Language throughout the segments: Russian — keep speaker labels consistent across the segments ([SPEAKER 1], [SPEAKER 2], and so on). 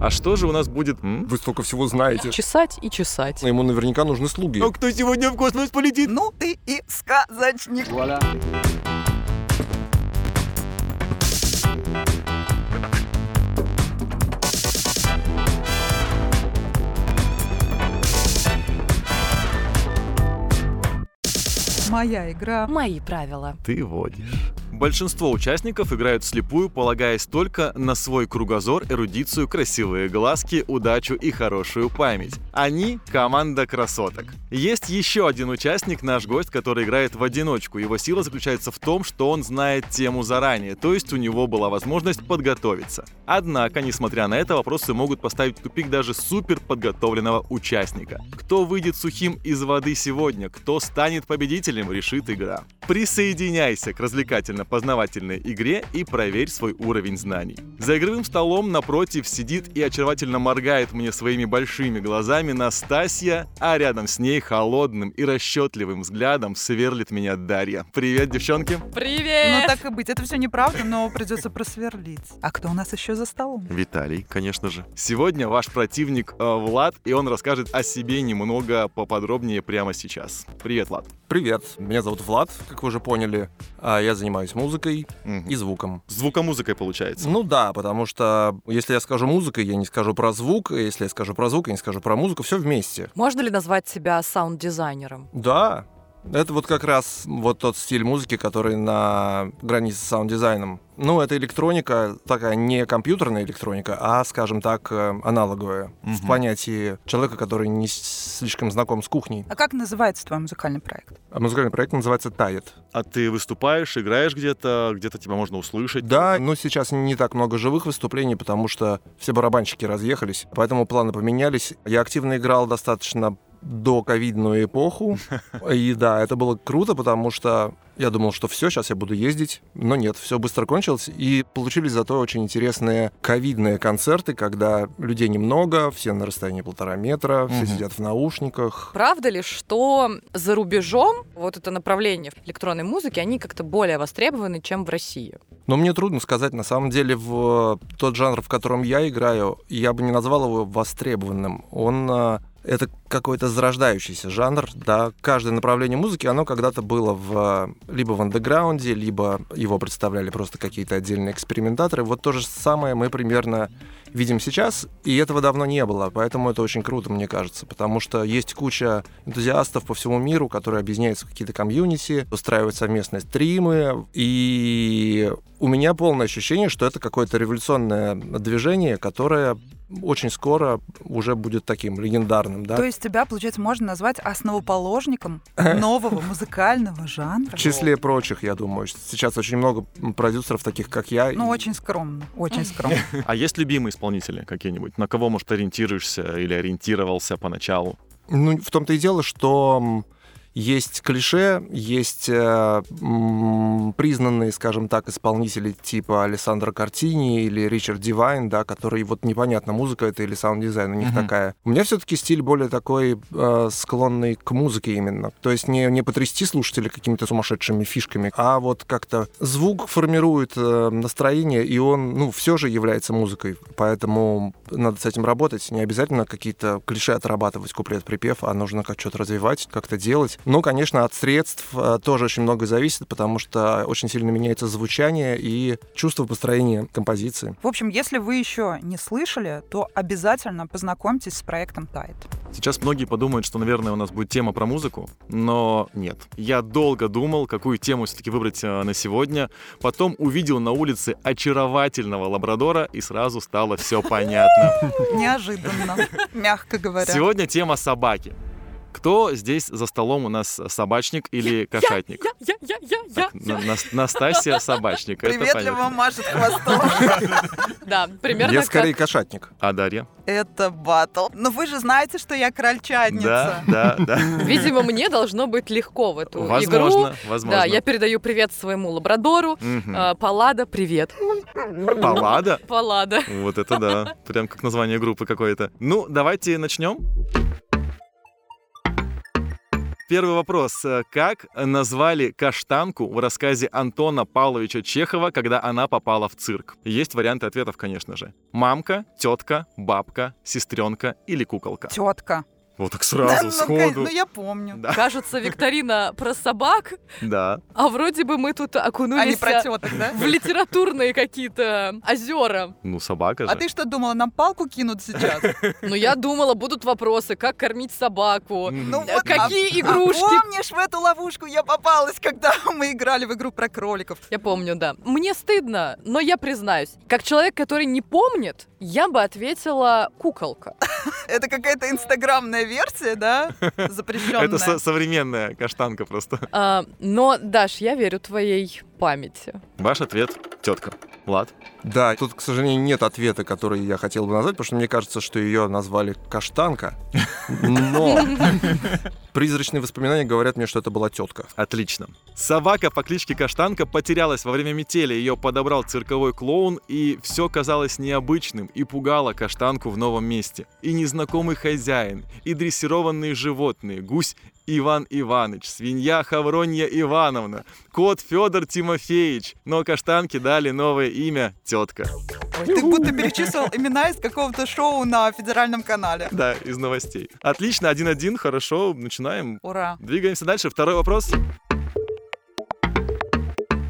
[SPEAKER 1] А что же у нас будет? м?
[SPEAKER 2] Вы столько всего знаете.
[SPEAKER 3] Чесать и чесать.
[SPEAKER 2] Ему наверняка нужны слуги.
[SPEAKER 1] А кто сегодня в космос полетит?
[SPEAKER 4] Ну ты и сказочник. Моя игра.
[SPEAKER 3] Мои правила.
[SPEAKER 1] Ты водишь. Большинство участников играют слепую, полагаясь только на свой кругозор, эрудицию, красивые глазки, удачу и хорошую память. Они — команда красоток. Есть еще один участник, наш гость, который играет в одиночку. Его сила заключается в том, что он знает тему заранее, то есть у него была возможность подготовиться. Однако, несмотря на это, вопросы могут поставить в тупик даже супер подготовленного участника. Кто выйдет сухим из воды сегодня, кто станет победителем, решит игра. Присоединяйся к развлекательно-познавательной игре и проверь свой уровень знаний. За игровым столом напротив сидит и очаровательно моргает мне своими большими глазами Настасья, а рядом с ней холодным и расчетливым взглядом сверлит меня Дарья. Привет, девчонки!
[SPEAKER 3] Привет!
[SPEAKER 4] Ну так и быть, это все неправда, но придется просверлить. А кто у нас еще за столом?
[SPEAKER 1] Виталий, конечно же. Сегодня ваш противник э, Влад, и он расскажет о себе немного поподробнее прямо сейчас. Привет, Влад.
[SPEAKER 2] Привет, меня зовут Влад, как вы уже поняли. А я занимаюсь музыкой и звуком.
[SPEAKER 1] Звукомузыкой получается.
[SPEAKER 2] Ну да, потому что если я скажу музыкой, я не скажу про звук, а если я скажу про звук, я не скажу про музыку, все вместе.
[SPEAKER 3] Можно ли назвать себя саунд-дизайнером?
[SPEAKER 2] Да, это вот как раз вот тот стиль музыки, который на границе с саунд-дизайном. Ну, это электроника, такая не компьютерная электроника, а, скажем так, э, аналоговая. В
[SPEAKER 1] Мгм.
[SPEAKER 2] понятии человека, который не с- слишком знаком с кухней.
[SPEAKER 4] А как называется твой музыкальный проект?
[SPEAKER 2] А музыкальный проект называется «Тает».
[SPEAKER 1] А ты выступаешь, играешь где-то, где-то тебя можно услышать.
[SPEAKER 2] Да, но сейчас не так много живых выступлений, потому что все барабанщики разъехались, поэтому планы поменялись. Я активно играл достаточно до ковидную эпоху. И да, это было круто, потому что я думал, что все, сейчас я буду ездить. Но нет, все быстро кончилось. И получились зато очень интересные ковидные концерты, когда людей немного, все на расстоянии полтора метра, все
[SPEAKER 1] Мгм.
[SPEAKER 2] сидят в наушниках.
[SPEAKER 3] Правда ли, что за рубежом вот это направление электронной музыки, они как-то более востребованы, чем в России?
[SPEAKER 2] Но мне трудно сказать, на самом деле, в э, тот жанр, в котором я играю, я бы не назвал его востребованным. Он э, это какой-то зарождающийся жанр, да. Каждое направление музыки, оно когда-то было в, э, либо в андеграунде, либо его представляли просто какие-то отдельные экспериментаторы. Вот то же самое мы примерно видим сейчас, и этого давно не было, поэтому это очень круто, мне кажется, потому что есть куча энтузиастов по всему миру, которые объединяются в какие-то комьюнити, устраивают совместные стримы, и у меня полное ощущение, что это какое-то революционное движение, которое очень скоро уже будет таким легендарным, да?
[SPEAKER 4] То есть тебя, получается, можно назвать основоположником нового музыкального жанра?
[SPEAKER 2] В числе прочих, я думаю. Сейчас очень много продюсеров таких, как я.
[SPEAKER 4] Ну, очень скромно, очень скромно.
[SPEAKER 1] А есть любимые исполнители какие-нибудь? На кого, может, ориентируешься или ориентировался поначалу?
[SPEAKER 2] Ну, в том-то и дело, что м, есть клише, есть э, м, признанные, скажем так, исполнители типа Александра Картини или Ричард Дивайн, да, которые вот непонятно, музыка это или саунд-дизайн у них
[SPEAKER 1] Мгм.
[SPEAKER 2] такая. У меня все-таки стиль более такой э, склонный к музыке именно. То есть не, не потрясти слушателя какими-то сумасшедшими фишками, а вот как-то звук формирует э, настроение, и он, ну, все же является музыкой. Поэтому надо с этим работать. Не обязательно какие-то клише отрабатывать куплет-припев, а нужно как что-то развивать, как-то делать. Ну, конечно, от средств э, тоже очень многое зависит, потому что очень сильно меняется звучание и чувство построения композиции.
[SPEAKER 4] В общем, если вы еще не слышали, то обязательно познакомьтесь с проектом Тайт.
[SPEAKER 1] Сейчас многие подумают, что, наверное, у нас будет тема про музыку, но нет. Я долго думал, какую тему все-таки выбрать э, на сегодня. Потом увидел на улице очаровательного лабрадора, и сразу стало все понятно.
[SPEAKER 4] Неожиданно, мягко говоря.
[SPEAKER 1] Сегодня тема собаки. Кто здесь за столом у нас собачник или кошатник?
[SPEAKER 3] Я, я, я, я, я,
[SPEAKER 1] Так, ну. На- Нас- Настасья собачник. это
[SPEAKER 4] Приветливо
[SPEAKER 1] понятно.
[SPEAKER 4] машет хвостом.
[SPEAKER 3] Да, примерно
[SPEAKER 2] я
[SPEAKER 3] как-
[SPEAKER 2] скорее кошатник.
[SPEAKER 1] А Дарья?
[SPEAKER 4] Это батл. Но вы же знаете, что я крольчатница.
[SPEAKER 1] Да, да, да.
[SPEAKER 3] Видимо, мне должно быть легко в эту игру.
[SPEAKER 1] Возможно, возможно.
[SPEAKER 3] Да, я передаю привет своему лабрадору.
[SPEAKER 1] Мгм.
[SPEAKER 4] А.
[SPEAKER 3] Э, Паллада, привет.
[SPEAKER 1] Паллада?
[SPEAKER 3] Паллада.
[SPEAKER 1] Вот это да. Прям как название группы какой-то. Ну, давайте начнем. Первый вопрос. Э, Как назвали каштанку в рассказе Антона Павловича Чехова, когда она попала в цирк? Есть варианты ответов, конечно же. Мамка, тетка, бабка, сестренка или куколка.
[SPEAKER 4] Тетка.
[SPEAKER 1] Вот так
[SPEAKER 4] Да,
[SPEAKER 1] сразу,
[SPEAKER 4] ну,
[SPEAKER 1] сходу.
[SPEAKER 4] Ну, я помню.
[SPEAKER 1] Да,
[SPEAKER 3] Кажется, викторина про собак,
[SPEAKER 1] да.
[SPEAKER 3] а вроде бы мы тут
[SPEAKER 4] А не
[SPEAKER 3] окунулись
[SPEAKER 4] про
[SPEAKER 3] э,
[SPEAKER 4] теток, да?
[SPEAKER 3] в литературные какие-то озера.
[SPEAKER 1] Ну, собака же.
[SPEAKER 4] А ты что думала, нам палку кинут сейчас? А
[SPEAKER 3] Но я думала, будут вопросы, как кормить собаку,
[SPEAKER 1] Мгм.
[SPEAKER 4] Ну,
[SPEAKER 3] э,
[SPEAKER 4] вот,
[SPEAKER 3] какие игрушки.
[SPEAKER 4] А помнишь, в эту ловушку я попалась, когда мы играли в игру про кроликов?
[SPEAKER 3] Я помню, да. Мне стыдно, но я признаюсь. Как человек, который не помнит, я бы ответила куколка.
[SPEAKER 4] Это какая-то инстаграмная версия, да? Запрещенная.
[SPEAKER 1] Это со- современная каштанка просто.
[SPEAKER 3] А, но, Даш, я верю твоей памяти.
[SPEAKER 1] Ваш ответ — тетка. Влад?
[SPEAKER 2] Да, тут, к сожалению, нет ответа, который я хотел бы назвать, потому что мне кажется, что ее назвали каштанка. Но призрачные воспоминания говорят мне, что это была тетка.
[SPEAKER 1] Отлично. Собака по кличке Каштанка потерялась во время метели, ее подобрал цирковой клоун, и все казалось необычным и пугало Каштанку в новом месте. И незнакомый хозяин, и дрессированные животные, гусь Иван Иваныч, свинья Хавронья Ивановна, кот Федор Тимофеевич, но Каштанке дали новое имя — тетка.
[SPEAKER 4] Ой, Ты будто перечислил имена из какого-то шоу на федеральном канале.
[SPEAKER 1] Да, из новостей. Отлично, 1-1, хорошо, начинаем.
[SPEAKER 4] Ура.
[SPEAKER 1] Двигаемся дальше. Второй вопрос.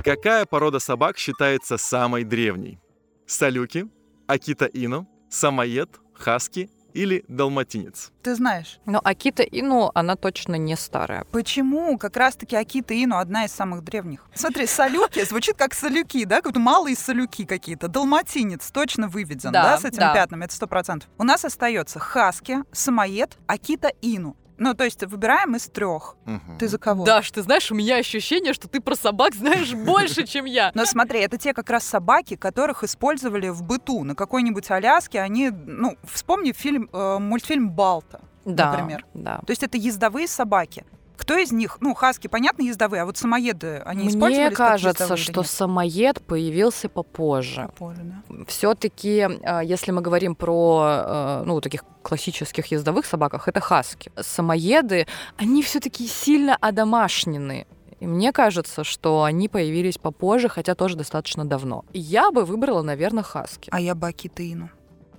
[SPEAKER 1] Какая порода собак считается самой древней? Салюки, Акита Ино, Самоед, Хаски или Далматинец?
[SPEAKER 4] Ты знаешь,
[SPEAKER 3] Но Ну, Акита Ину, она точно не старая.
[SPEAKER 4] почему как раз-таки Акита Ину одна из самых древних? Смотри, салюки звучит как салюки, да? Как будто малые салюки какие-то. Далматинец точно выведен, да,
[SPEAKER 3] Да,
[SPEAKER 4] с этим
[SPEAKER 3] да.
[SPEAKER 4] пятнами, это сто процентов. У нас остается хаски, самоед, Акита Ину. Ну, то есть выбираем из трех. Ты за кого?
[SPEAKER 3] Даш, ты знаешь, у меня ощущение, что ты про собак знаешь больше, чем я.
[SPEAKER 4] Но смотри, это те как раз собаки, которых использовали в быту. На какой-нибудь Аляске они, ну, вспомни фильм, э, мультфильм «Балта».
[SPEAKER 3] Да,
[SPEAKER 4] Например.
[SPEAKER 3] Да.
[SPEAKER 4] То есть это ездовые собаки. Кто из них? Ну, хаски, понятно, ездовые, а вот самоеды, они
[SPEAKER 3] Мне
[SPEAKER 4] использовались как
[SPEAKER 3] кажется,
[SPEAKER 4] ездовые или
[SPEAKER 3] что
[SPEAKER 4] нет?
[SPEAKER 3] самоед появился попозже.
[SPEAKER 4] Поле, да.
[SPEAKER 3] Все-таки, если мы говорим про э, ну, таких классических ездовых собаках, это хаски. Самоеды, они все-таки сильно одомашнены. И мне кажется, что они появились попозже, хотя тоже достаточно давно. Я бы выбрала, наверное, хаски.
[SPEAKER 4] А я бы Акита Ину.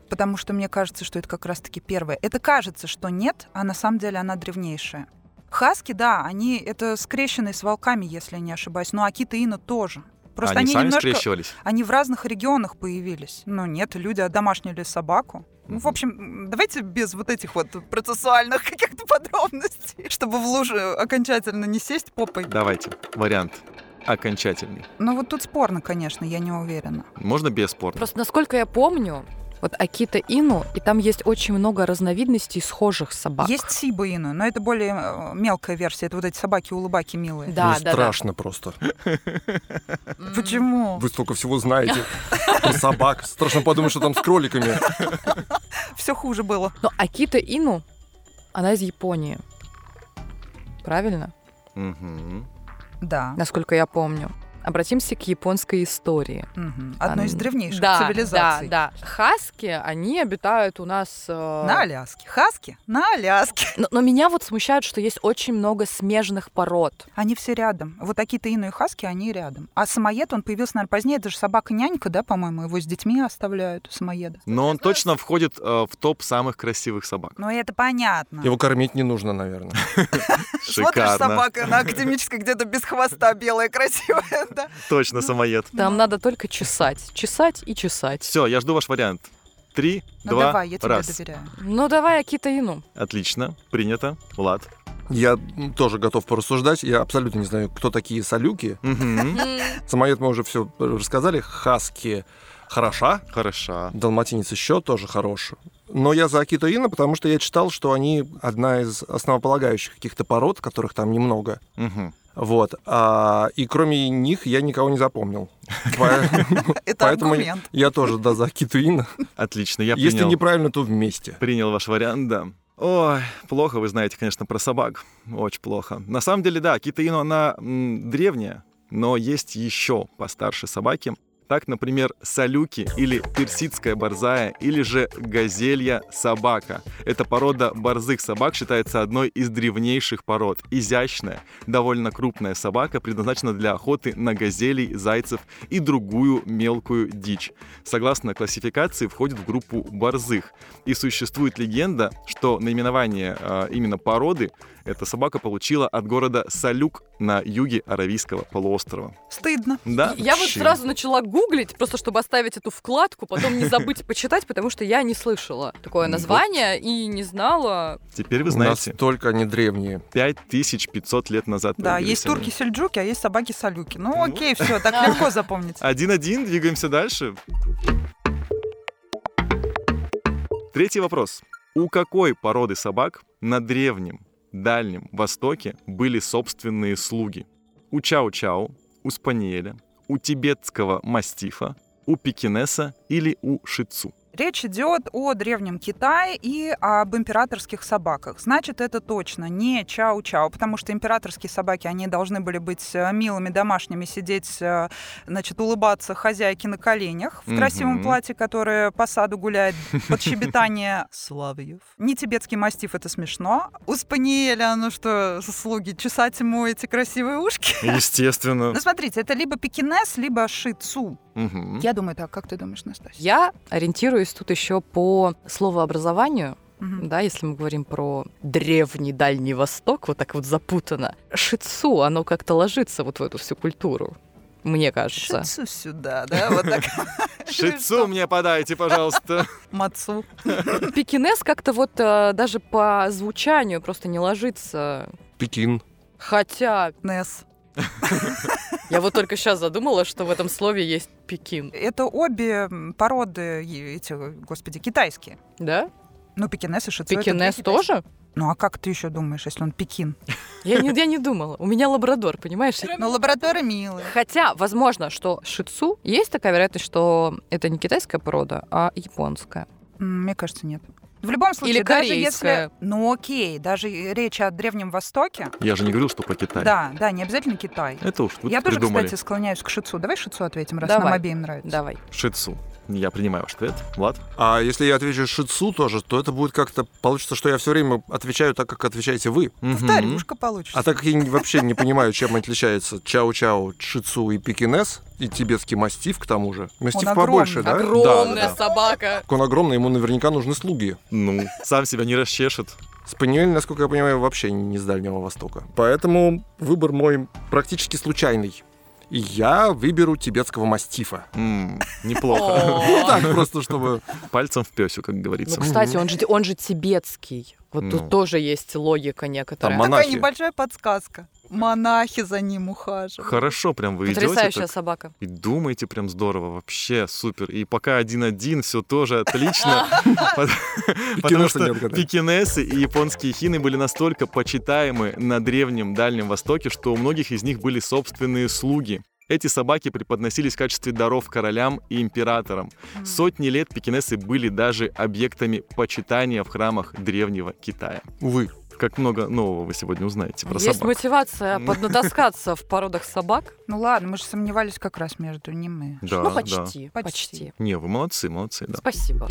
[SPEAKER 4] Потому что мне кажется, что это как раз-таки первое. Это кажется, что нет, а на самом деле она древнейшая. Хаски, да, они это скрещенные с волками, если я не ошибаюсь. Но Акита Ину тоже. Просто
[SPEAKER 1] Они,
[SPEAKER 4] они,
[SPEAKER 1] сами
[SPEAKER 4] немножко...
[SPEAKER 1] скрещивались.
[SPEAKER 4] Они в разных регионах появились. Ну нет, люди одомашнили собаку. Ну, в
[SPEAKER 1] Мгм.
[SPEAKER 4] общем, м, давайте без вот этих вот процессуальных каких-то подробностей, чтобы в луже окончательно не сесть попой.
[SPEAKER 1] Давайте, вариант окончательный.
[SPEAKER 4] Но вот тут спорно, конечно, я не уверена.
[SPEAKER 1] Можно без спора?
[SPEAKER 3] Просто, насколько я помню, вот Акита Ину, и там есть очень много разновидностей схожих собак.
[SPEAKER 4] Есть Сиба Ину, но это более э, мелкая версия. Это вот эти собаки-улыбаки милые.
[SPEAKER 3] Да,
[SPEAKER 2] ну,
[SPEAKER 3] да,
[SPEAKER 2] страшно просто.
[SPEAKER 3] да. М.
[SPEAKER 4] Почему?
[SPEAKER 2] Вы столько всего знаете про собак. Страшно подумать, что там с кроликами.
[SPEAKER 4] Все хуже было.
[SPEAKER 3] Но Акита Ину, она из Японии. Правильно?
[SPEAKER 1] Мгм.
[SPEAKER 4] Да.
[SPEAKER 3] Насколько я помню. Обратимся к японской истории.
[SPEAKER 4] Мгм. Одной из
[SPEAKER 3] Ам,
[SPEAKER 4] древнейших
[SPEAKER 3] да,
[SPEAKER 4] цивилизаций.
[SPEAKER 3] Да, да. Хаски, они обитают у нас... э,
[SPEAKER 4] На Аляске. Хаски? На Аляске.
[SPEAKER 3] но, но меня вот смущает, что есть очень много смежных пород.
[SPEAKER 4] Они все рядом. Вот Акита Ину и Хаски, они рядом. А самоед, он появился, наверное, позднее. Это же собака-нянька, да, по-моему? Его с детьми оставляют, самоеда.
[SPEAKER 1] Но он точно входит э, в топ самых красивых собак.
[SPEAKER 4] Ну, это понятно.
[SPEAKER 2] Его кормить не нужно, наверное.
[SPEAKER 4] Смотришь,
[SPEAKER 1] Шикарно.
[SPEAKER 4] собака на академической где-то без хвоста, белая, красивая, да?
[SPEAKER 1] Точно самоед.
[SPEAKER 3] Там надо только чесать. Чесать и чесать.
[SPEAKER 1] Все, я жду ваш вариант. Три,
[SPEAKER 4] Ну,
[SPEAKER 1] два,
[SPEAKER 4] давай, я тебе
[SPEAKER 1] раз.
[SPEAKER 4] доверяю.
[SPEAKER 3] Ну, давай Акита Ину.
[SPEAKER 1] Отлично, принято. Влад.
[SPEAKER 2] Я м, тоже готов порассуждать. Я абсолютно не знаю, кто такие салюки.
[SPEAKER 1] Мгм.
[SPEAKER 3] М,
[SPEAKER 2] Самоед мы уже все рассказали. Хаски хороша.
[SPEAKER 1] Хороша.
[SPEAKER 2] Далматинец еще тоже хорош. Но я за Акиту Ина, потому что я читал, что они одна из основополагающих каких-то пород, которых там немного.
[SPEAKER 1] Мгм.
[SPEAKER 2] Вот. А, и кроме них я никого не запомнил. Поэ-
[SPEAKER 4] Это
[SPEAKER 2] Поэтому
[SPEAKER 4] аргумент.
[SPEAKER 2] я тоже, да, за Акиту Ина.
[SPEAKER 1] Отлично, я
[SPEAKER 2] Если
[SPEAKER 1] принял.
[SPEAKER 2] неправильно, то вместе.
[SPEAKER 1] Принял ваш вариант, да. Ой, плохо вы знаете, конечно, про собак. Очень плохо. На самом деле, да, Китаину, она м, древняя, но есть еще постарше собаки, Так, например, салюки или персидская борзая или же газелья собака. Эта порода борзых собак считается одной из древнейших пород. Изящная, довольно крупная собака предназначена для охоты на газелей, зайцев и другую мелкую дичь. Согласно классификации, входит в группу борзых. И существует легенда, что наименование э, именно породы эта собака получила от города Салюк на юге Аравийского полуострова.
[SPEAKER 4] Стыдно.
[SPEAKER 1] Да?
[SPEAKER 3] Я вот
[SPEAKER 1] Чё?
[SPEAKER 3] сразу начала гуглить, просто чтобы оставить эту вкладку, потом не забыть почитать, потому что я не слышала такое
[SPEAKER 1] Вот.
[SPEAKER 3] название и не знала.
[SPEAKER 1] Теперь вы знаете,
[SPEAKER 2] Настолько они древние.
[SPEAKER 1] 5500 лет назад.
[SPEAKER 4] Да,
[SPEAKER 1] появились
[SPEAKER 4] есть
[SPEAKER 1] они.
[SPEAKER 4] турки-сельджуки, а есть собаки-салюки.
[SPEAKER 1] Ну.
[SPEAKER 4] Ну окей, все, так легко запомнить.
[SPEAKER 1] 1-1, двигаемся дальше. Третий вопрос. У какой породы собак на древнем Дальнем Востоке были собственные слуги? У чау-чау, у спаниеля, у тибетского мастифа, у пекинеса или у шицу?
[SPEAKER 4] Речь идет о древнем Китае и об императорских собаках. Значит, это точно не чау-чау, потому что императорские собаки, они должны были быть э, милыми, домашними, сидеть, э, значит, улыбаться хозяйке на коленях в
[SPEAKER 1] Мгм.
[SPEAKER 4] красивом платье, которое по саду гуляет под щебетание славьев. Не тибетский мастиф, это смешно. У спаниеля, ну что, слуги, чесать ему эти красивые ушки?
[SPEAKER 1] Естественно.
[SPEAKER 4] Ну, смотрите, это либо пекинес, либо шицу.
[SPEAKER 1] Мгм.
[SPEAKER 4] Ну, Я думаю так. Как ты думаешь, Настасья?
[SPEAKER 3] Я ориентируюсь тут еще по словообразованию,
[SPEAKER 4] Мгм.
[SPEAKER 3] да, если мы говорим про древний Дальний Восток, вот так вот запутано. Шицу, оно как-то ложится вот в эту всю культуру, мне кажется.
[SPEAKER 4] Шицу сюда, да, вот так.
[SPEAKER 1] Шицу мне подайте, пожалуйста.
[SPEAKER 4] Мацу.
[SPEAKER 3] Пекинес как-то вот э, даже по звучанию просто не ложится.
[SPEAKER 2] Пекин.
[SPEAKER 3] Хотя
[SPEAKER 4] Нес.
[SPEAKER 3] я вот только сейчас задумала, что в этом слове есть Пекин.
[SPEAKER 4] Это обе м, породы и эти, господи, китайские.
[SPEAKER 3] Да?
[SPEAKER 4] Ну, пекинес и шицу. это две
[SPEAKER 3] Пекинес
[SPEAKER 4] китайские.
[SPEAKER 3] тоже?
[SPEAKER 4] Ну, а как ты еще думаешь, если он пекин?
[SPEAKER 3] Я не, я не думала. У меня лабрадор, понимаешь?
[SPEAKER 4] Ну, лаборатория милая.
[SPEAKER 3] Хотя, возможно, что шицу есть такая вероятность, что это не китайская порода, а японская.
[SPEAKER 4] М, Мне кажется, нет. В любом случае,
[SPEAKER 3] Или
[SPEAKER 4] даже
[SPEAKER 3] корейская.
[SPEAKER 4] если... Ну, окей, даже и речь о Древнем Востоке.
[SPEAKER 1] Я же не говорил, что про Китай.
[SPEAKER 4] Да, да, не обязательно Китай.
[SPEAKER 1] Это уж вы
[SPEAKER 4] Я тоже,
[SPEAKER 1] придумали.
[SPEAKER 4] кстати, склоняюсь к шицу. Давай шицу ответим, раз
[SPEAKER 3] Давай.
[SPEAKER 4] нам обеим нравится.
[SPEAKER 3] Давай.
[SPEAKER 1] Шицу. Я принимаю ваш ответ. Влад?
[SPEAKER 2] А если я отвечу шицу тоже, то это будет как-то... Получится, что я все время отвечаю так, как отвечаете вы.
[SPEAKER 1] Мгм.
[SPEAKER 4] Повторюшка получится.
[SPEAKER 2] А так как я не- вообще не понимаю, чем отличается чау-чау, шицу и пекинес, и тибетский мастиф, к тому же. Мастиф
[SPEAKER 4] огромный,
[SPEAKER 2] побольше, да? Да,
[SPEAKER 3] Огромная
[SPEAKER 2] да, да.
[SPEAKER 3] собака.
[SPEAKER 2] Он огромный, ему наверняка нужны слуги.
[SPEAKER 1] Ну, сам себя не расчешет.
[SPEAKER 2] Спаниель, насколько я понимаю, вообще не с Дальнего Востока. Поэтому выбор мой практически случайный. И я выберу тибетского мастифа.
[SPEAKER 1] М, неплохо.
[SPEAKER 2] Ну так, просто чтобы...
[SPEAKER 1] Пальцем в песю, как
[SPEAKER 3] Ну,
[SPEAKER 1] говорится.
[SPEAKER 3] кстати, он же, он же тибетский. Вот
[SPEAKER 1] Ну.
[SPEAKER 3] тут тоже есть логика некоторая.
[SPEAKER 2] Там мон- монахи.
[SPEAKER 4] Такая небольшая подсказка. Монахи за ним ухаживают.
[SPEAKER 1] Хорошо, прям вы идете
[SPEAKER 3] Потрясающая
[SPEAKER 1] так
[SPEAKER 3] собака.
[SPEAKER 1] и думаете прям здорово, вообще супер. И пока один-один, все тоже отлично. Пот- Потому
[SPEAKER 2] Пекинеса не
[SPEAKER 1] что
[SPEAKER 2] отгадали.
[SPEAKER 1] пекинесы и японские хины были настолько почитаемы на Древнем Дальнем Востоке, что у многих из них были собственные слуги. Эти собаки преподносились в качестве даров королям и императорам.
[SPEAKER 4] М.
[SPEAKER 1] Сотни лет пекинесы были даже объектами почитания в храмах Древнего Китая.
[SPEAKER 2] Увы.
[SPEAKER 1] Как много нового вы сегодня узнаете про
[SPEAKER 3] Есть
[SPEAKER 1] собак.
[SPEAKER 3] мотивация поднатаскаться в породах собак.
[SPEAKER 4] Ну ладно, мы же сомневались как раз между ним и...
[SPEAKER 1] Да, да.
[SPEAKER 3] ну, почти,
[SPEAKER 4] Почти.
[SPEAKER 3] почти.
[SPEAKER 1] Не, вы молодцы, молодцы, да.
[SPEAKER 3] Спасибо.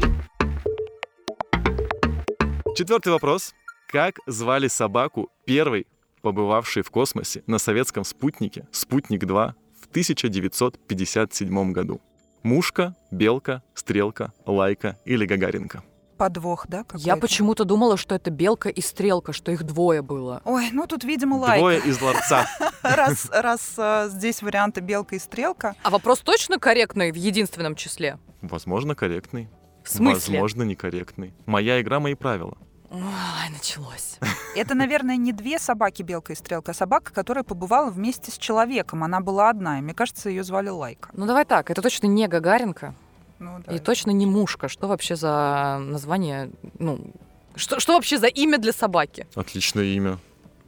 [SPEAKER 1] Четвертый вопрос. Как звали собаку первой, побывавшей в космосе на советском спутнике «Спутник-2» в 1957 году? Мушка, белка, стрелка, лайка или гагаринка?
[SPEAKER 4] Подвох, да? какой-то?
[SPEAKER 3] Я почему-то думала, что это белка и стрелка, что их двое было.
[SPEAKER 4] Ой, ну тут, видимо, лайк.
[SPEAKER 1] Двое из ларца.
[SPEAKER 4] Раз, раз э, здесь варианты белка и стрелка.
[SPEAKER 3] А вопрос точно корректный в единственном числе?
[SPEAKER 1] Возможно, корректный.
[SPEAKER 3] В смысле?
[SPEAKER 1] Возможно, некорректный. Моя игра, мои правила.
[SPEAKER 3] Ой, началось.
[SPEAKER 4] Это, наверное, не две собаки белка и стрелка, а собака, которая побывала вместе с человеком. Она была одна, и мне кажется, ее звали Лайка.
[SPEAKER 3] Ну давай так, это точно не Гагаренко
[SPEAKER 4] Ну,
[SPEAKER 3] и точно не Мушка. Что вообще за название, ну, что, что вообще за имя для собаки?
[SPEAKER 1] Отличное имя.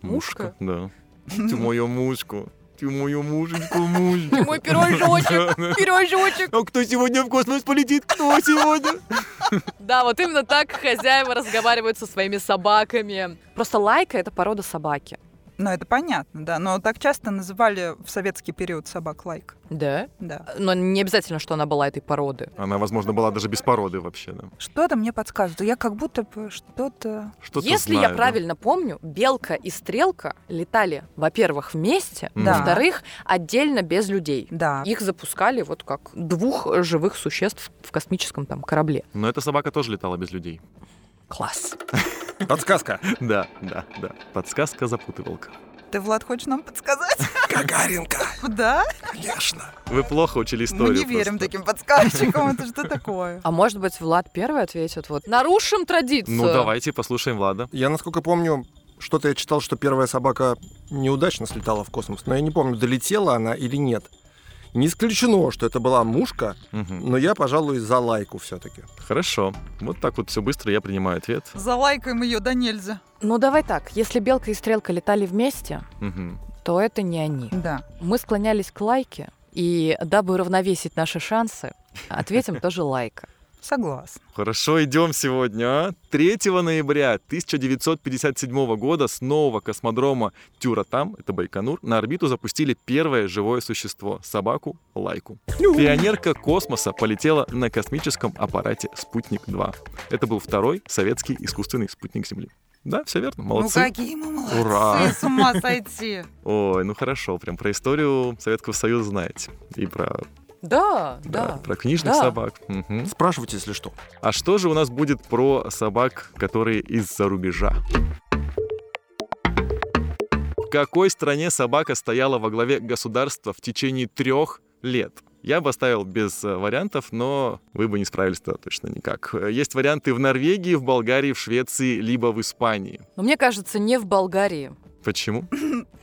[SPEAKER 3] Мушка?
[SPEAKER 1] Да. Ты мою мушку. Ты мою мушечку, муж.
[SPEAKER 3] Мой пирожочек,
[SPEAKER 1] Да.
[SPEAKER 3] пирожочек.
[SPEAKER 1] А кто сегодня в космос полетит? Кто сегодня?
[SPEAKER 3] Да, вот именно так хозяева разговаривают со своими собаками. Просто лайка — это порода собаки.
[SPEAKER 4] Ну, это понятно, да. Но так часто называли в советский период собак лайк.
[SPEAKER 3] Да.
[SPEAKER 4] Да.
[SPEAKER 3] Но не обязательно, что она была этой породы.
[SPEAKER 1] Она, возможно, была даже без породы вообще, да.
[SPEAKER 4] Что-то мне подсказывает. Я как будто бы что-то...
[SPEAKER 1] Что-то
[SPEAKER 3] Если
[SPEAKER 1] знаю,
[SPEAKER 3] я
[SPEAKER 1] да.
[SPEAKER 3] правильно помню, белка и стрелка летали, во-первых, вместе,
[SPEAKER 1] Мгм.
[SPEAKER 4] Да.
[SPEAKER 3] во-вторых, отдельно без людей.
[SPEAKER 4] Да.
[SPEAKER 3] Их запускали вот как двух живых существ в космическом там корабле.
[SPEAKER 1] Но эта собака тоже летала без людей.
[SPEAKER 3] Класс.
[SPEAKER 2] Подсказка.
[SPEAKER 1] Да, да, да. Подсказка запутывалка.
[SPEAKER 4] Ты, Влад, хочешь нам подсказать?
[SPEAKER 2] Гагаринка,
[SPEAKER 4] Да?
[SPEAKER 2] конечно.
[SPEAKER 1] Вы плохо учили историю.
[SPEAKER 4] Мы не верим
[SPEAKER 1] просто.
[SPEAKER 4] таким подсказчикам. Это что такое?
[SPEAKER 3] А может быть, Влад первый ответит? Вот нарушим традицию.
[SPEAKER 1] Ну, давайте послушаем Влада.
[SPEAKER 2] Я, насколько помню, что-то я читал, что первая собака неудачно слетала в космос, но я не помню, долетела она или нет. Не исключено, что это была мушка,
[SPEAKER 1] Мгм.
[SPEAKER 2] но я, пожалуй, за лайку все-таки.
[SPEAKER 1] Хорошо. Вот так вот все быстро я принимаю ответ.
[SPEAKER 4] Залайкаем ее, да нельзя.
[SPEAKER 3] Ну давай так. Если белка и стрелка летали вместе,
[SPEAKER 1] Мгм.
[SPEAKER 3] то это не они.
[SPEAKER 4] Да.
[SPEAKER 3] Мы склонялись к лайке, и дабы уравновесить наши шансы, ответим тоже лайка.
[SPEAKER 4] Согласна.
[SPEAKER 1] Хорошо, идем сегодня. а? 3 ноября 1957 года с нового космодрома Тюратам, это Байконур, на орбиту запустили первое живое существо — собаку Лайку. Пионерка космоса полетела на космическом аппарате «Спутник-2». Это был второй советский искусственный спутник Земли. Да, все верно, молодцы.
[SPEAKER 4] Ну какие мы молодцы,
[SPEAKER 2] Ура.
[SPEAKER 4] с ума сойти.
[SPEAKER 1] Ой, ну хорошо, прям про историю Советского Союза знаете. И про,
[SPEAKER 3] Да,
[SPEAKER 1] да,
[SPEAKER 3] да.
[SPEAKER 1] про книжных
[SPEAKER 3] Да.
[SPEAKER 1] собак. Мгм.
[SPEAKER 2] Спрашивайте, если что.
[SPEAKER 1] А что же у нас будет про собак, которые из-за рубежа? В какой стране собака стояла во главе государства в течение трех лет? Я бы оставил без э, вариантов, но вы бы не справились то точно никак. Э, Есть варианты в Норвегии, в Болгарии, в Швеции, либо в Испании.
[SPEAKER 3] Но мне кажется, не в Болгарии.
[SPEAKER 1] Почему?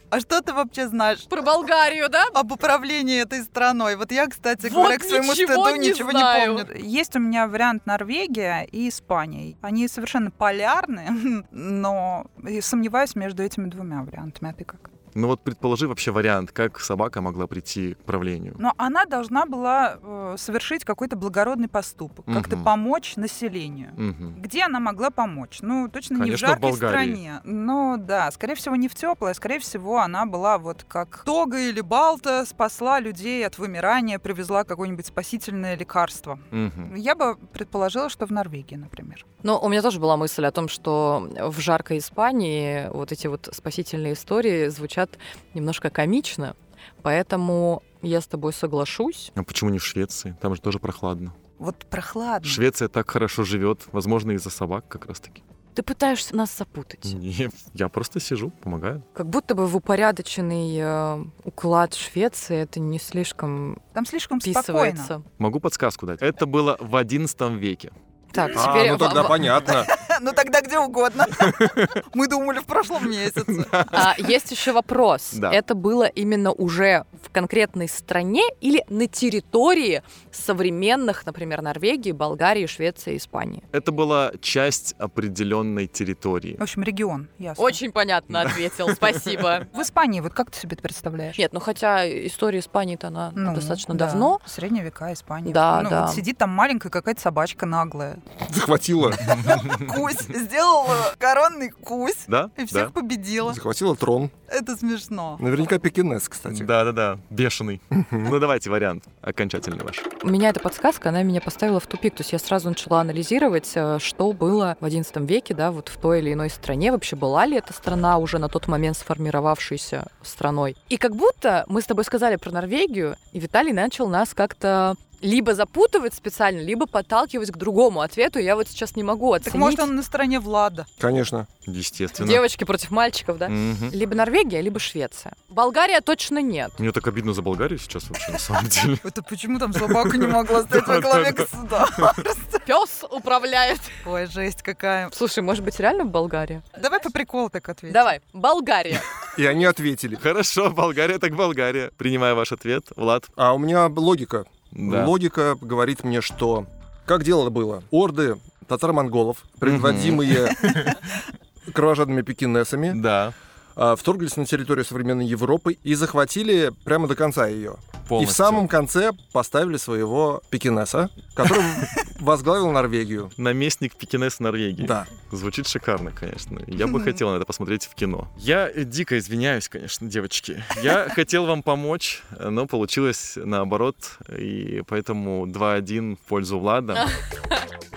[SPEAKER 4] А что ты вообще знаешь?
[SPEAKER 3] Про Болгарию, да?
[SPEAKER 4] об управлении этой страной. Вот я, кстати
[SPEAKER 3] Вот
[SPEAKER 4] говоря, к своему
[SPEAKER 3] ничего
[SPEAKER 4] стыду
[SPEAKER 3] не
[SPEAKER 4] ничего
[SPEAKER 3] знаю.
[SPEAKER 4] не помню. Есть у меня вариант Норвегия и Испания. Они совершенно полярны, но и сомневаюсь между этими двумя вариантами. А ты как?
[SPEAKER 1] Ну вот предположи вообще вариант, как собака могла прийти к правлению.
[SPEAKER 4] Но она должна была э, совершить какой-то благородный поступок, как-то
[SPEAKER 1] Мгм.
[SPEAKER 4] помочь населению.
[SPEAKER 1] Мгм.
[SPEAKER 4] Где она могла помочь? Ну, точно не в
[SPEAKER 1] Конечно, в
[SPEAKER 4] жаркой
[SPEAKER 1] Болгарии.
[SPEAKER 4] стране. Ну, да, скорее всего, не в теплой, а скорее всего, она была вот как Тога или Балта, спасла людей от вымирания, привезла какое-нибудь спасительное лекарство.
[SPEAKER 1] Мгм.
[SPEAKER 4] Я бы предположила, что в Норвегии, например.
[SPEAKER 3] Ну, у меня тоже была мысль о том, что в жаркой Испании вот эти вот спасительные истории звучат немножко комично, поэтому я с тобой соглашусь.
[SPEAKER 1] А почему не в Швеции? Там же тоже прохладно.
[SPEAKER 4] Вот прохладно.
[SPEAKER 1] Швеция так хорошо живет, возможно, из-за собак как раз-таки.
[SPEAKER 3] Ты пытаешься нас запутать.
[SPEAKER 1] Нет, я просто сижу, помогаю.
[SPEAKER 3] Как будто бы в упорядоченный э, уклад Швеции это не слишком
[SPEAKER 4] Там слишком спокойно.
[SPEAKER 3] вписывается.
[SPEAKER 1] Могу подсказку дать. Это было в 11 веке.
[SPEAKER 3] Так,
[SPEAKER 2] А,
[SPEAKER 3] теперь
[SPEAKER 2] ну тогда
[SPEAKER 3] в- в-
[SPEAKER 2] понятно.
[SPEAKER 4] Ну тогда где угодно. Мы думали в прошлом месяце.
[SPEAKER 3] а, есть еще вопрос.
[SPEAKER 1] Да.
[SPEAKER 3] Это было именно уже в конкретной стране или на территории современных, например, Норвегии, Болгарии, Швеции, Испании?
[SPEAKER 1] Это была часть определенной территории.
[SPEAKER 4] В общем, регион, ясно.
[SPEAKER 3] Очень понятно ответил, спасибо.
[SPEAKER 4] В Испании, вот как ты себе это представляешь?
[SPEAKER 3] Нет, ну хотя история Испании-то она
[SPEAKER 4] Ну,
[SPEAKER 3] достаточно
[SPEAKER 4] да.
[SPEAKER 3] давно.
[SPEAKER 4] Средние века, Испания.
[SPEAKER 3] Да,
[SPEAKER 4] ну,
[SPEAKER 3] да.
[SPEAKER 4] Вот сидит там маленькая какая-то собачка наглая.
[SPEAKER 2] Захватила.
[SPEAKER 4] Кусь. Сделала коронный кусь.
[SPEAKER 1] Да?
[SPEAKER 4] И всех победила.
[SPEAKER 2] Захватила трон.
[SPEAKER 4] Это смешно.
[SPEAKER 2] Наверняка пекинес,
[SPEAKER 1] да.
[SPEAKER 2] кстати.
[SPEAKER 1] Да, да, да. Бешеный. Ну давайте вариант окончательный ваш.
[SPEAKER 3] У меня эта подсказка, она меня поставила в тупик. То есть я сразу начала анализировать, э, что было в XI веке, да, вот в той или иной стране. Вообще была ли эта страна уже на тот момент сформировавшейся страной? И как будто мы с тобой сказали про Норвегию, и Виталий начал нас как-то либо запутывать специально, либо подталкивать к другому ответу. Я вот сейчас не могу оценить.
[SPEAKER 4] Так может он на стороне Влада?
[SPEAKER 2] Конечно.
[SPEAKER 1] Естественно.
[SPEAKER 3] Девочки против мальчиков, да?
[SPEAKER 1] Мгм.
[SPEAKER 3] Либо Норвегия, либо Швеция. Болгария точно нет.
[SPEAKER 1] Мне так обидно за Болгарию сейчас вообще, на самом деле.
[SPEAKER 4] Это почему там собака не могла стоять во главе государства?
[SPEAKER 3] Пес управляет.
[SPEAKER 4] Ой, жесть какая.
[SPEAKER 3] Слушай, может быть, реально в Болгарии?
[SPEAKER 4] Давай по приколу так ответим.
[SPEAKER 3] Давай, Болгария.
[SPEAKER 2] И они ответили.
[SPEAKER 1] Хорошо, Болгария так Болгария. Принимаю ваш ответ, Влад.
[SPEAKER 2] А у меня логика.
[SPEAKER 1] Да.
[SPEAKER 2] Логика говорит мне, что... Как дело было? Орды татар-монголов, предводимые кровожадными пекинесами,
[SPEAKER 1] Да.
[SPEAKER 2] а, вторглись на территорию современной Европы и захватили прямо до конца ее.
[SPEAKER 1] полностью.
[SPEAKER 2] И в самом конце поставили своего пекинеса, который возглавил Норвегию.
[SPEAKER 1] Наместник Пекинес Норвегии.
[SPEAKER 2] Да.
[SPEAKER 1] Звучит шикарно, конечно. Я бы
[SPEAKER 4] Мгм.
[SPEAKER 1] хотел на это посмотреть в кино. Я э, дико извиняюсь, конечно, девочки. Я хотел вам помочь, э, но получилось наоборот. И поэтому 2-1 в пользу Влада.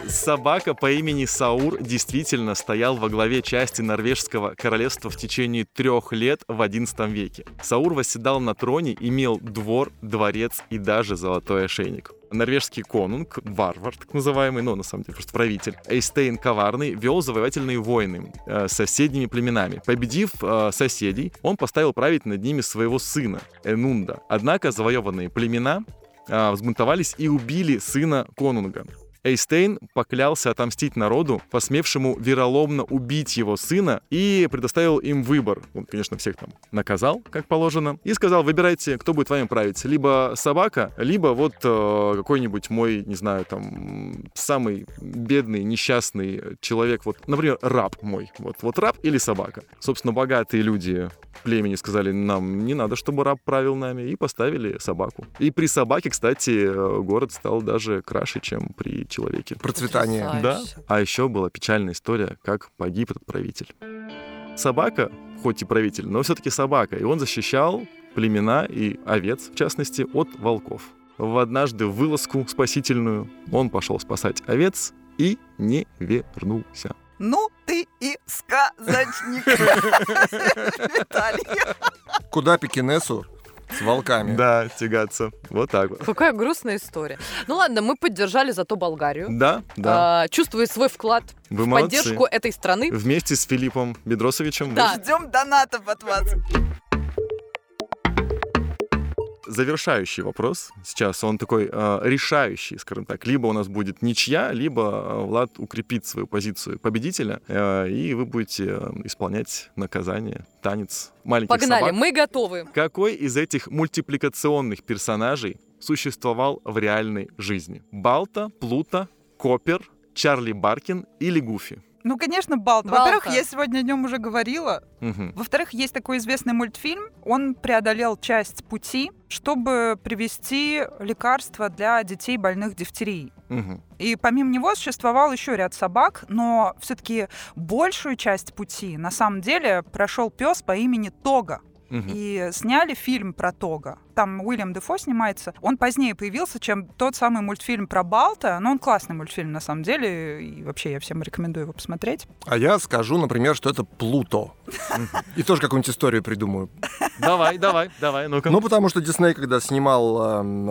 [SPEAKER 1] Собака по имени Саур действительно стоял во главе части норвежского королевства в течение трех лет в XI веке. Саур восседал на троне, имел двор, дворец и даже золотой ошейник. Норвежский конунг, варвар так называемый, но на самом деле просто правитель, Эйстейн Коварный, вел завоевательные войны э, с соседними племенами. Победив э, соседей, он поставил править над ними своего сына, Энунда. Однако завоеванные племена а, взбунтовались и убили сына конунга. Эйстейн поклялся отомстить народу, посмевшему вероломно убить его сына, и предоставил им выбор. Он, конечно, всех там наказал, как положено, и сказал, выбирайте, кто будет вами править. Либо собака, либо вот э, какой-нибудь мой, не знаю, там, самый бедный, несчастный человек, вот, например, раб мой. Вот, вот раб или собака. Собственно, богатые люди племени сказали, нам не надо, чтобы раб правил нами, и поставили собаку. И при собаке, кстати, э, город стал даже краше, чем при человеке.
[SPEAKER 2] Процветание.
[SPEAKER 1] Да.
[SPEAKER 3] Потрясающе.
[SPEAKER 1] А еще была печальная история, как погиб этот правитель. Собака, хоть и правитель, но все-таки собака, и он защищал племена и овец, в частности, от волков. В однажды вылазку спасительную он пошел спасать овец и не вернулся.
[SPEAKER 4] Ну ты и сказочник, Виталий.
[SPEAKER 2] Куда пекинесу? С волками.
[SPEAKER 1] Да, тягаться. Вот так вот.
[SPEAKER 3] Какая грустная история. Ну ладно, мы поддержали зато Болгарию.
[SPEAKER 1] Да, да.
[SPEAKER 3] А, Чувствуя свой вклад
[SPEAKER 1] Вы
[SPEAKER 3] в
[SPEAKER 1] молодцы.
[SPEAKER 3] поддержку этой страны.
[SPEAKER 1] Вместе с Филиппом Бедросовичем
[SPEAKER 3] Да.
[SPEAKER 4] Ждем донатов от вас.
[SPEAKER 1] завершающий вопрос сейчас, он такой э, решающий, скажем так. Либо у нас будет ничья, либо э, Влад укрепит свою позицию победителя, э, и вы будете э, исполнять наказание, танец маленьких
[SPEAKER 3] Погнали,
[SPEAKER 1] собак.
[SPEAKER 3] мы готовы.
[SPEAKER 1] Какой из этих мультипликационных персонажей существовал в реальной жизни? Балта, Плута, Копер, Чарли Баркин или Гуфи?
[SPEAKER 4] Ну, конечно, Балта.
[SPEAKER 3] Балта.
[SPEAKER 4] Во-первых, я сегодня днем уже говорила.
[SPEAKER 1] Мгм.
[SPEAKER 4] Во-вторых, есть такой известный мультфильм. Он преодолел часть пути, чтобы привести лекарства для детей больных дифтерией.
[SPEAKER 1] Мгм.
[SPEAKER 4] И помимо него существовал еще ряд собак, но все-таки большую часть пути на самом деле прошел пес по имени Тога.
[SPEAKER 1] Мгм.
[SPEAKER 4] И сняли фильм про Тога. Там Уильям Дефо снимается. Он позднее появился, чем тот самый мультфильм про Балта. Но он классный мультфильм на самом деле. И вообще я всем рекомендую его посмотреть.
[SPEAKER 2] А я скажу, например, что это Плуто. И тоже какую-нибудь историю придумаю.
[SPEAKER 1] Давай, давай, давай, ну-ка.
[SPEAKER 2] Ну, потому что Дисней, когда снимал эм,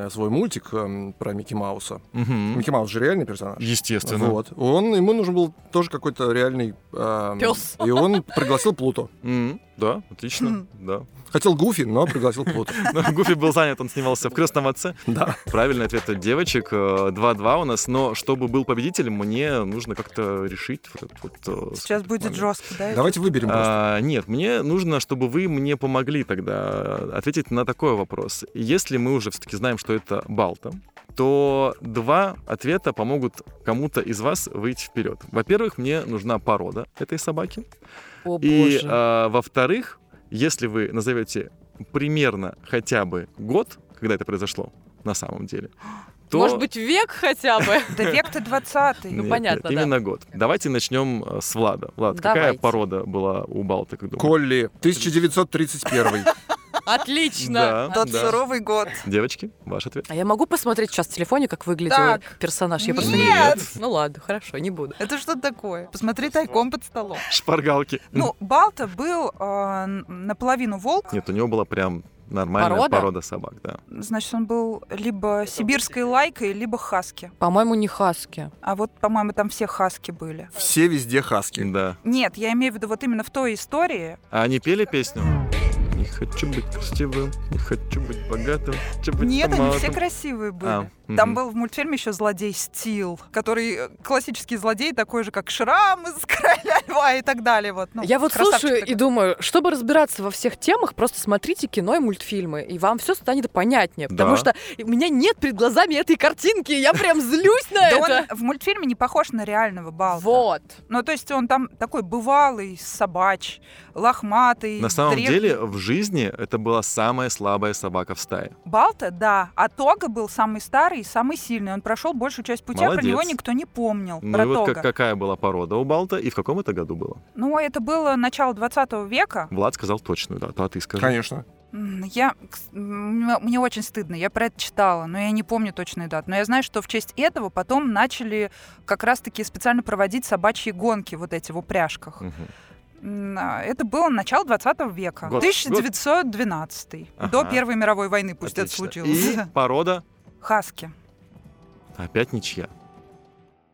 [SPEAKER 2] эм, свой мультик эм, про Микки Мауса,
[SPEAKER 1] Мгм.
[SPEAKER 2] Микки Маус же реальный персонаж.
[SPEAKER 1] Естественно.
[SPEAKER 2] Вот. Он, ему нужен был тоже какой-то реальный... эм,
[SPEAKER 3] Пёс.
[SPEAKER 2] И он пригласил Плуто.
[SPEAKER 1] Мгм. Да, отлично, да.
[SPEAKER 2] Хотел Гуфи, но пригласил Плуто.
[SPEAKER 1] Но Гуфи был занят, он снимался в «Крестном отце».
[SPEAKER 2] Да.
[SPEAKER 1] Правильный ответ от девочек. э, 2-2 у нас. Но чтобы был победитель, мне нужно как-то решить вот этот вот... э,
[SPEAKER 4] Сейчас
[SPEAKER 1] спорт
[SPEAKER 4] будет
[SPEAKER 1] момент.
[SPEAKER 4] жестко, да?
[SPEAKER 2] Давайте выберем просто.
[SPEAKER 1] А, нет, мне нужно, чтобы вы мне помогли тогда ответить на такой вопрос. Если мы уже все-таки знаем, что это Балта, то два ответа помогут кому-то из вас выйти вперед. Во-первых, мне нужна порода этой собаки.
[SPEAKER 3] О
[SPEAKER 1] И
[SPEAKER 3] боже.
[SPEAKER 1] а, во-вторых, если вы назовете примерно хотя бы год, когда это произошло, на самом деле, то...
[SPEAKER 3] Может быть, век хотя бы?
[SPEAKER 4] Да век ты 20
[SPEAKER 3] ну,
[SPEAKER 1] Нет,
[SPEAKER 3] понятно,
[SPEAKER 1] нет,
[SPEAKER 3] да.
[SPEAKER 1] Именно год. Давайте начнем э, с Влада. Влад, какая
[SPEAKER 3] Давайте.
[SPEAKER 1] порода была у Балта, как думаешь?
[SPEAKER 2] Колли, 1931.
[SPEAKER 3] Отлично.
[SPEAKER 1] Да, да.
[SPEAKER 4] А год.
[SPEAKER 1] Девочки, ваш ответ.
[SPEAKER 3] А я могу посмотреть сейчас в телефоне, как выглядел
[SPEAKER 4] Так.
[SPEAKER 3] персонаж? Я просто не...
[SPEAKER 4] Нет!
[SPEAKER 3] Ну ладно, хорошо, не буду.
[SPEAKER 4] Это что такое? Посмотри тайком под столом.
[SPEAKER 1] Шпаргалки.
[SPEAKER 4] Ну, Балта был э, наполовину волк,
[SPEAKER 1] Нет, у него была прям нормальная
[SPEAKER 3] Порода?
[SPEAKER 1] порода, собак, да.
[SPEAKER 4] значит, он был либо сибирской лайкой, либо хаски.
[SPEAKER 3] По-моему, не хаски.
[SPEAKER 4] А вот, по-моему, там все хаски были.
[SPEAKER 2] Все везде хаски.
[SPEAKER 1] Да.
[SPEAKER 4] Нет, я имею в виду вот именно в той истории.
[SPEAKER 1] А они пели песню? Не хочу быть красивым, не хочу быть богатым. хочу быть
[SPEAKER 4] Нет, они все
[SPEAKER 1] помятым».
[SPEAKER 4] красивые были.
[SPEAKER 1] А, мгм.
[SPEAKER 4] Там был в мультфильме еще злодей Стил, который э, классический злодей, такой же, как Шрам из Короля Льва и так далее. Вот, ну,
[SPEAKER 3] Я вот
[SPEAKER 4] красавчик
[SPEAKER 3] слушаю
[SPEAKER 4] такой.
[SPEAKER 3] и думаю, чтобы разбираться во всех темах, просто смотрите кино и мультфильмы, и вам все станет понятнее. Потому
[SPEAKER 1] Да.
[SPEAKER 3] что у меня нет перед глазами этой картинки, я прям злюсь на
[SPEAKER 4] Да он
[SPEAKER 3] это.
[SPEAKER 4] в мультфильме не похож на реального Балта.
[SPEAKER 3] Вот.
[SPEAKER 4] Ну, то есть он там такой бывалый, собач, лохматый,
[SPEAKER 1] На самом
[SPEAKER 4] древний.
[SPEAKER 1] деле в жизни это была самая слабая собака в стае.
[SPEAKER 4] Балта, да. А Тога был самый старый и самый сильный. Он прошел большую часть пути, а
[SPEAKER 1] Молодец.
[SPEAKER 4] про него никто не помнил.
[SPEAKER 1] Ну
[SPEAKER 4] про
[SPEAKER 1] и вот
[SPEAKER 4] Тога.
[SPEAKER 1] как- какая была порода у Балта и в каком это году было?
[SPEAKER 4] Ну, это было начало 20 века.
[SPEAKER 1] Влад сказал точную дату, а ты скажи.
[SPEAKER 2] Конечно.
[SPEAKER 4] М, Я, кс- м, м- мне очень стыдно, я про это читала, но я не помню точные даты. Но я знаю, что в честь этого потом начали как раз-таки специально проводить собачьи гонки вот эти в упряжках.
[SPEAKER 1] Мгм.
[SPEAKER 4] М, а, Это было начало 20 века,
[SPEAKER 1] Год.
[SPEAKER 4] 1912, до
[SPEAKER 1] Ага.
[SPEAKER 4] Первой мировой войны, пусть это
[SPEAKER 1] Отлично.
[SPEAKER 4] случилось.
[SPEAKER 1] И порода
[SPEAKER 4] Хаски.
[SPEAKER 1] опять ничья.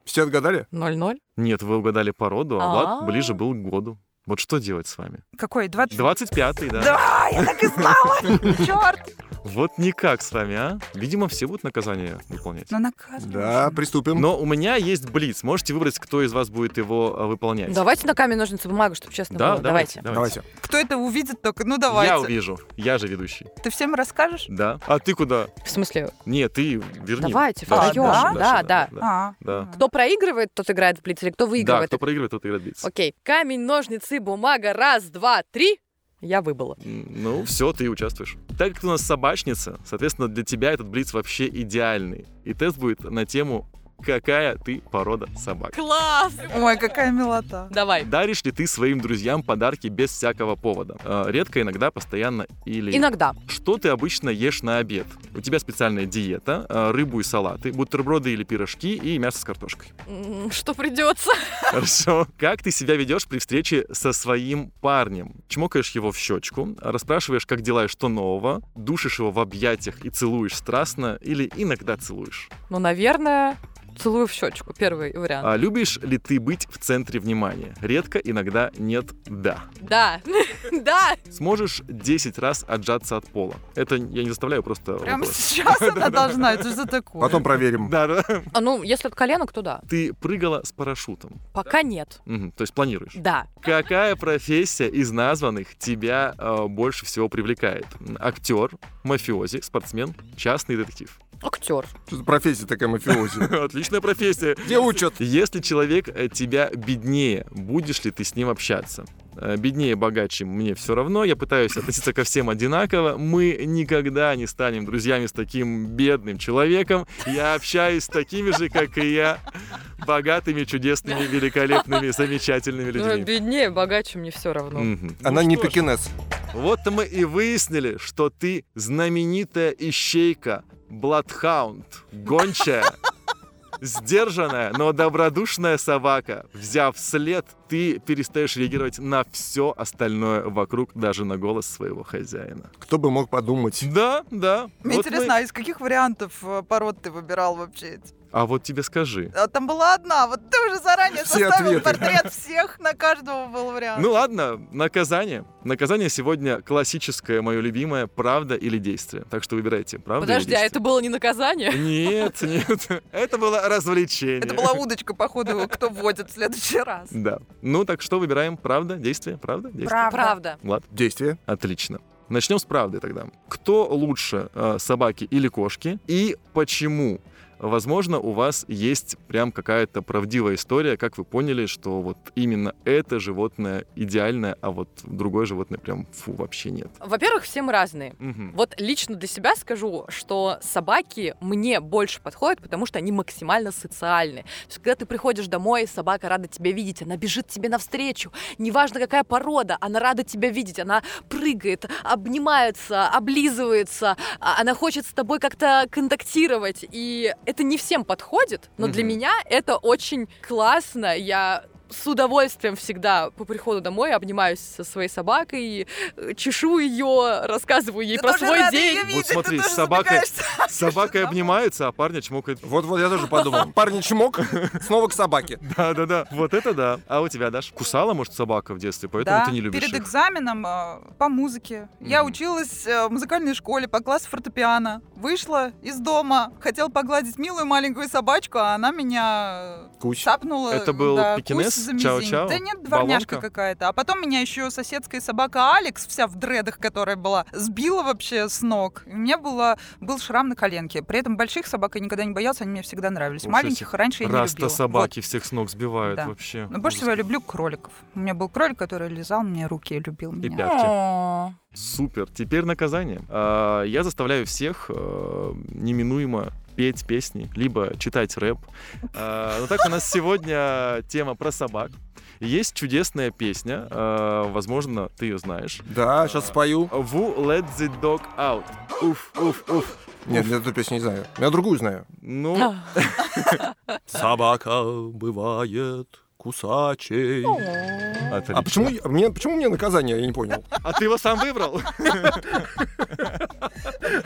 [SPEAKER 2] Все отгадали?
[SPEAKER 3] 0-0.
[SPEAKER 1] Нет, вы угадали породу, а Влад
[SPEAKER 3] А.
[SPEAKER 1] ближе был к году. Вот что делать с вами?
[SPEAKER 4] Какой? 20...
[SPEAKER 1] 25-й, да?
[SPEAKER 4] Да, я так и знала! Ну, Черт!
[SPEAKER 1] Вот никак с вами, а? Видимо, все будут наказание выполнять.
[SPEAKER 4] Но наказывай.
[SPEAKER 2] Да, приступим.
[SPEAKER 1] Но у меня есть блиц. Можете выбрать, кто из вас будет его а, выполнять.
[SPEAKER 3] Давайте на камень, ножницы, бумагу, чтобы честно
[SPEAKER 1] Да,
[SPEAKER 3] было.
[SPEAKER 1] давайте.
[SPEAKER 2] Давайте.
[SPEAKER 4] Кто это увидит только? Ну,
[SPEAKER 1] Я
[SPEAKER 4] давайте.
[SPEAKER 1] увижу. Я же ведущий.
[SPEAKER 4] Ты всем расскажешь?
[SPEAKER 1] Да. А ты куда?
[SPEAKER 3] В смысле,
[SPEAKER 1] Нет, ты верни.
[SPEAKER 3] Давайте,
[SPEAKER 1] Даша,
[SPEAKER 4] втроём.
[SPEAKER 1] Даша,
[SPEAKER 3] Да,
[SPEAKER 1] Даша,
[SPEAKER 3] да.
[SPEAKER 4] А,
[SPEAKER 1] Да.
[SPEAKER 4] ага.
[SPEAKER 3] кто проигрывает, тот играет в блиц, или кто
[SPEAKER 1] Да,
[SPEAKER 3] выигрывает?
[SPEAKER 1] кто проигрывает, тот играет блиц.
[SPEAKER 3] Окей. Камень, ножницы, бумага. Раз, два, три. Я выбыла.
[SPEAKER 1] М, Ну, все, ты участвуешь. Так как ты у нас собачница, соответственно, для тебя этот блиц вообще идеальный. И тест будет на тему «Какая ты порода собак?».
[SPEAKER 3] Класс!
[SPEAKER 4] Ой, какая милота.
[SPEAKER 3] Давай.
[SPEAKER 1] Даришь ли ты своим друзьям подарки без всякого повода? Э, Редко, иногда, постоянно или...
[SPEAKER 3] Иногда.
[SPEAKER 1] Что ты обычно ешь на обед? У тебя специальная диета, э, рыбу и салаты, бутерброды или пирожки и мясо с картошкой.
[SPEAKER 3] М, Что придется?
[SPEAKER 1] Хорошо. Как ты себя ведешь при встрече со своим парнем? Чмокаешь его в щечку, расспрашиваешь, как дела и что нового, душишь его в объятиях и целуешь страстно или иногда целуешь.
[SPEAKER 3] Ну, наверное, целую в щечку. Первый вариант.
[SPEAKER 1] А любишь ли ты быть в центре внимания? Редко, иногда, нет, да.
[SPEAKER 3] Да. Да.
[SPEAKER 1] Сможешь 10 раз отжаться от пола. Это я не заставляю, просто
[SPEAKER 4] Прямо
[SPEAKER 1] вопрос.
[SPEAKER 4] сейчас она должна. Это что такое?
[SPEAKER 2] Потом проверим.
[SPEAKER 1] Да, да.
[SPEAKER 3] А ну, если от коленок, то да.
[SPEAKER 1] Ты прыгала с парашютом.
[SPEAKER 3] Пока нет.
[SPEAKER 1] Мгм, то есть планируешь.
[SPEAKER 3] Да.
[SPEAKER 1] Какая профессия из названных тебя э, больше всего привлекает? Актер, мафиози, спортсмен, частный детектив.
[SPEAKER 3] Актер.
[SPEAKER 2] Что-то профессия такая мафиози.
[SPEAKER 1] Отличная профессия.
[SPEAKER 2] Где учат?
[SPEAKER 1] Если человек э, тебя беднее, будешь ли ты с ним общаться? Э, Беднее, богаче, мне все равно. Я пытаюсь относиться ко всем одинаково. Мы никогда не станем друзьями с таким бедным человеком. Я общаюсь с такими же, как и я, богатыми, чудесными, великолепными, замечательными
[SPEAKER 3] Ну,
[SPEAKER 1] людьми.
[SPEAKER 3] беднее, богаче мне все равно.
[SPEAKER 1] Мгм.
[SPEAKER 2] Она не
[SPEAKER 1] что ж.
[SPEAKER 2] пекинес.
[SPEAKER 1] Вот мы и выяснили, что ты знаменитая ищейка, Бладхаунд, гончая, сдержанная, но добродушная собака. Взяв след, ты перестаешь реагировать на все остальное вокруг, даже на голос своего хозяина.
[SPEAKER 2] Кто бы мог подумать?
[SPEAKER 1] Да, да.
[SPEAKER 4] Мне
[SPEAKER 1] вот мы-
[SPEAKER 4] интересно, а из каких вариантов э, пород ты выбирал вообще?
[SPEAKER 1] А вот тебе скажи.
[SPEAKER 4] А там была одна, вот ты уже заранее
[SPEAKER 2] Все
[SPEAKER 4] составил
[SPEAKER 2] ответы.
[SPEAKER 4] портрет всех, на каждого был вариант.
[SPEAKER 1] Ну ладно, наказание. Наказание сегодня классическое, мое любимое, правда или действие. Так что выбирайте, правда
[SPEAKER 3] Подожди,
[SPEAKER 1] или
[SPEAKER 3] а
[SPEAKER 1] действие.
[SPEAKER 3] это было не наказание?
[SPEAKER 1] Нет, нет. Это было развлечение.
[SPEAKER 4] Это была удочка, походу, кто водит в следующий раз.
[SPEAKER 1] Да. Ну так что выбираем? Правда? Действие? Правда? Действие?
[SPEAKER 3] Правда.
[SPEAKER 1] Влад?
[SPEAKER 2] Действие.
[SPEAKER 1] Отлично. Начнем с правды тогда. Кто лучше, э, собаки или кошки? И почему? Возможно, у вас есть прям какая-то правдивая история, как вы поняли, что вот именно это животное идеальное, а вот другое животное прям фу, вообще нет.
[SPEAKER 3] Во-первых, все мы разные.
[SPEAKER 1] Мгм.
[SPEAKER 3] Вот лично для себя скажу, что собаки мне больше подходят, потому что они максимально социальны. То есть, когда ты приходишь домой, собака рада тебя видеть, она бежит тебе навстречу, неважно какая порода, она рада тебя видеть, она прыгает, обнимается, облизывается, а- она хочет с тобой как-то контактировать, и это не всем подходит, но для
[SPEAKER 1] Мгм.
[SPEAKER 3] меня это очень классно, я с удовольствием всегда по приходу домой обнимаюсь со своей собакой, э, чешу ее, рассказываю ей
[SPEAKER 4] Ты
[SPEAKER 3] про
[SPEAKER 4] тоже
[SPEAKER 3] свой
[SPEAKER 4] рада
[SPEAKER 3] день.
[SPEAKER 4] её видеть, ты
[SPEAKER 1] смотри,
[SPEAKER 4] тоже
[SPEAKER 1] с собакой-
[SPEAKER 4] забегаешься.
[SPEAKER 1] С Собакой обнимается, а парня чмокает.
[SPEAKER 2] Вот-вот я тоже подумал. Парни чмок, снова к собаке.
[SPEAKER 1] Да-да-да, вот это да. А у тебя, Даш, кусала, может, собака в детстве, поэтому
[SPEAKER 4] Да,
[SPEAKER 1] ты не любишь
[SPEAKER 4] перед
[SPEAKER 1] их.
[SPEAKER 4] экзаменом э, по музыке. Я
[SPEAKER 1] Мгм.
[SPEAKER 4] училась э, в музыкальной школе по классу фортепиано. Вышла из дома, хотела погладить милую маленькую собачку, а она меня э,
[SPEAKER 2] Кусь.
[SPEAKER 4] цапнула.
[SPEAKER 1] Это был
[SPEAKER 4] да,
[SPEAKER 1] пекинес?
[SPEAKER 4] за мизинец.
[SPEAKER 1] Чао-чао?
[SPEAKER 4] Да нет,
[SPEAKER 1] Болонка?
[SPEAKER 4] дворняжка какая-то. А потом меня еще соседская собака Алекс, вся в дредах, которая была, сбила вообще с ног. И У меня было, был шрам на коленке. При этом больших собак я никогда не боялась, они мне всегда нравились.
[SPEAKER 1] Ужас.
[SPEAKER 4] Маленьких раньше я не
[SPEAKER 1] Раз-то
[SPEAKER 4] любила.
[SPEAKER 1] собаки всех с ног сбивают
[SPEAKER 4] Да.
[SPEAKER 1] вообще.
[SPEAKER 4] Вот. Но Ну, больше всего я люблю кроликов. У меня был кролик, который лизал мне руки и любил меня.
[SPEAKER 1] пятки.
[SPEAKER 3] О,
[SPEAKER 1] Супер. Теперь наказание. А, Я заставляю всех э, неминуемо петь песни, либо читать рэп. А, Но так у нас сегодня тема про собак. Есть чудесная песня, э, возможно, ты ее знаешь.
[SPEAKER 2] Да, сейчас спою.
[SPEAKER 1] Ву Let the Dog Out. Уф, уф, уф.
[SPEAKER 2] Нет, я эту песню не знаю. Я другую знаю.
[SPEAKER 1] Ну,
[SPEAKER 2] Собака бывает кусачей. А
[SPEAKER 1] отлично.
[SPEAKER 2] почему, я- мне, почему мне наказание, я не понял.
[SPEAKER 1] А ты его сам выбрал?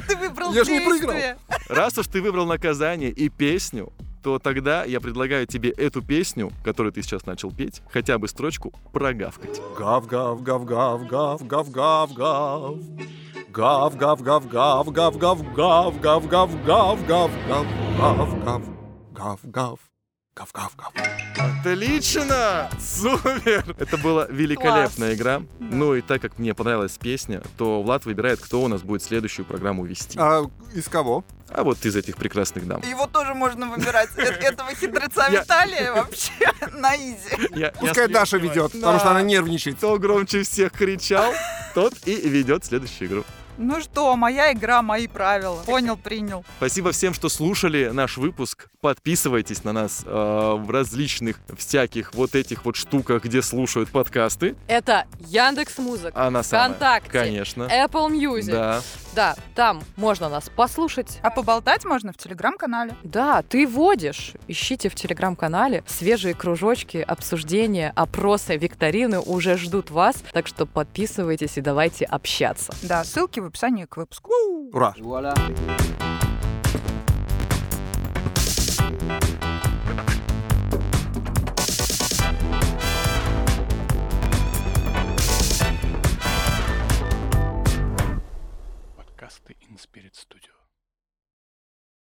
[SPEAKER 4] Ты выбрал
[SPEAKER 2] Я ж не
[SPEAKER 4] действие.
[SPEAKER 2] проиграл.
[SPEAKER 1] Раз уж ты выбрал наказание и песню, то тогда я предлагаю тебе эту песню, которую ты сейчас начал петь, хотя бы строчку прогавкать.
[SPEAKER 2] Гав, гав, гав, гав, гав, гав, гав, гав. Гав, гав, гав, гав, гав, гав, гав, гав, гав, гав, гав, гав, гав, гав, гав, гав, гав, гав, гав.
[SPEAKER 1] Отлично! Супер! Это была великолепная игра.
[SPEAKER 4] Да.
[SPEAKER 1] Ну и так как мне понравилась песня, то Влад выбирает, кто у нас будет следующую программу вести. А,
[SPEAKER 2] А из кого?
[SPEAKER 1] вот из этих прекрасных дам.
[SPEAKER 4] Его тоже можно выбирать. Э- Этого хитреца
[SPEAKER 1] Я-
[SPEAKER 4] Виталия вообще на изи.
[SPEAKER 1] Я- я
[SPEAKER 2] Пускай
[SPEAKER 1] слеп,
[SPEAKER 2] Даша
[SPEAKER 1] понимаешь.
[SPEAKER 2] ведет,
[SPEAKER 1] Да.
[SPEAKER 2] потому что она нервничает.
[SPEAKER 1] Кто громче всех кричал, тот и ведет следующую игру.
[SPEAKER 4] Ну что, моя игра, мои правила. Понял, принял.
[SPEAKER 1] Спасибо всем, что слушали наш выпуск. Подписывайтесь на нас э, в различных всяких вот этих вот штуках, где слушают подкасты.
[SPEAKER 3] Это Яндекс Музыка,
[SPEAKER 1] Она самая.
[SPEAKER 3] ВКонтакте, Э,
[SPEAKER 1] Конечно.
[SPEAKER 3] Apple Music.
[SPEAKER 1] А. Да.
[SPEAKER 3] Да, там можно нас послушать.
[SPEAKER 4] А поболтать можно в телеграм-канале.
[SPEAKER 3] Да, ты водишь. Ищите в телеграм-канале свежие кружочки, обсуждения, опросы, викторины уже ждут вас. Так что подписывайтесь и давайте общаться.
[SPEAKER 4] Да, ссылки в описании к выпуску.
[SPEAKER 2] Ура!
[SPEAKER 5] Voilà.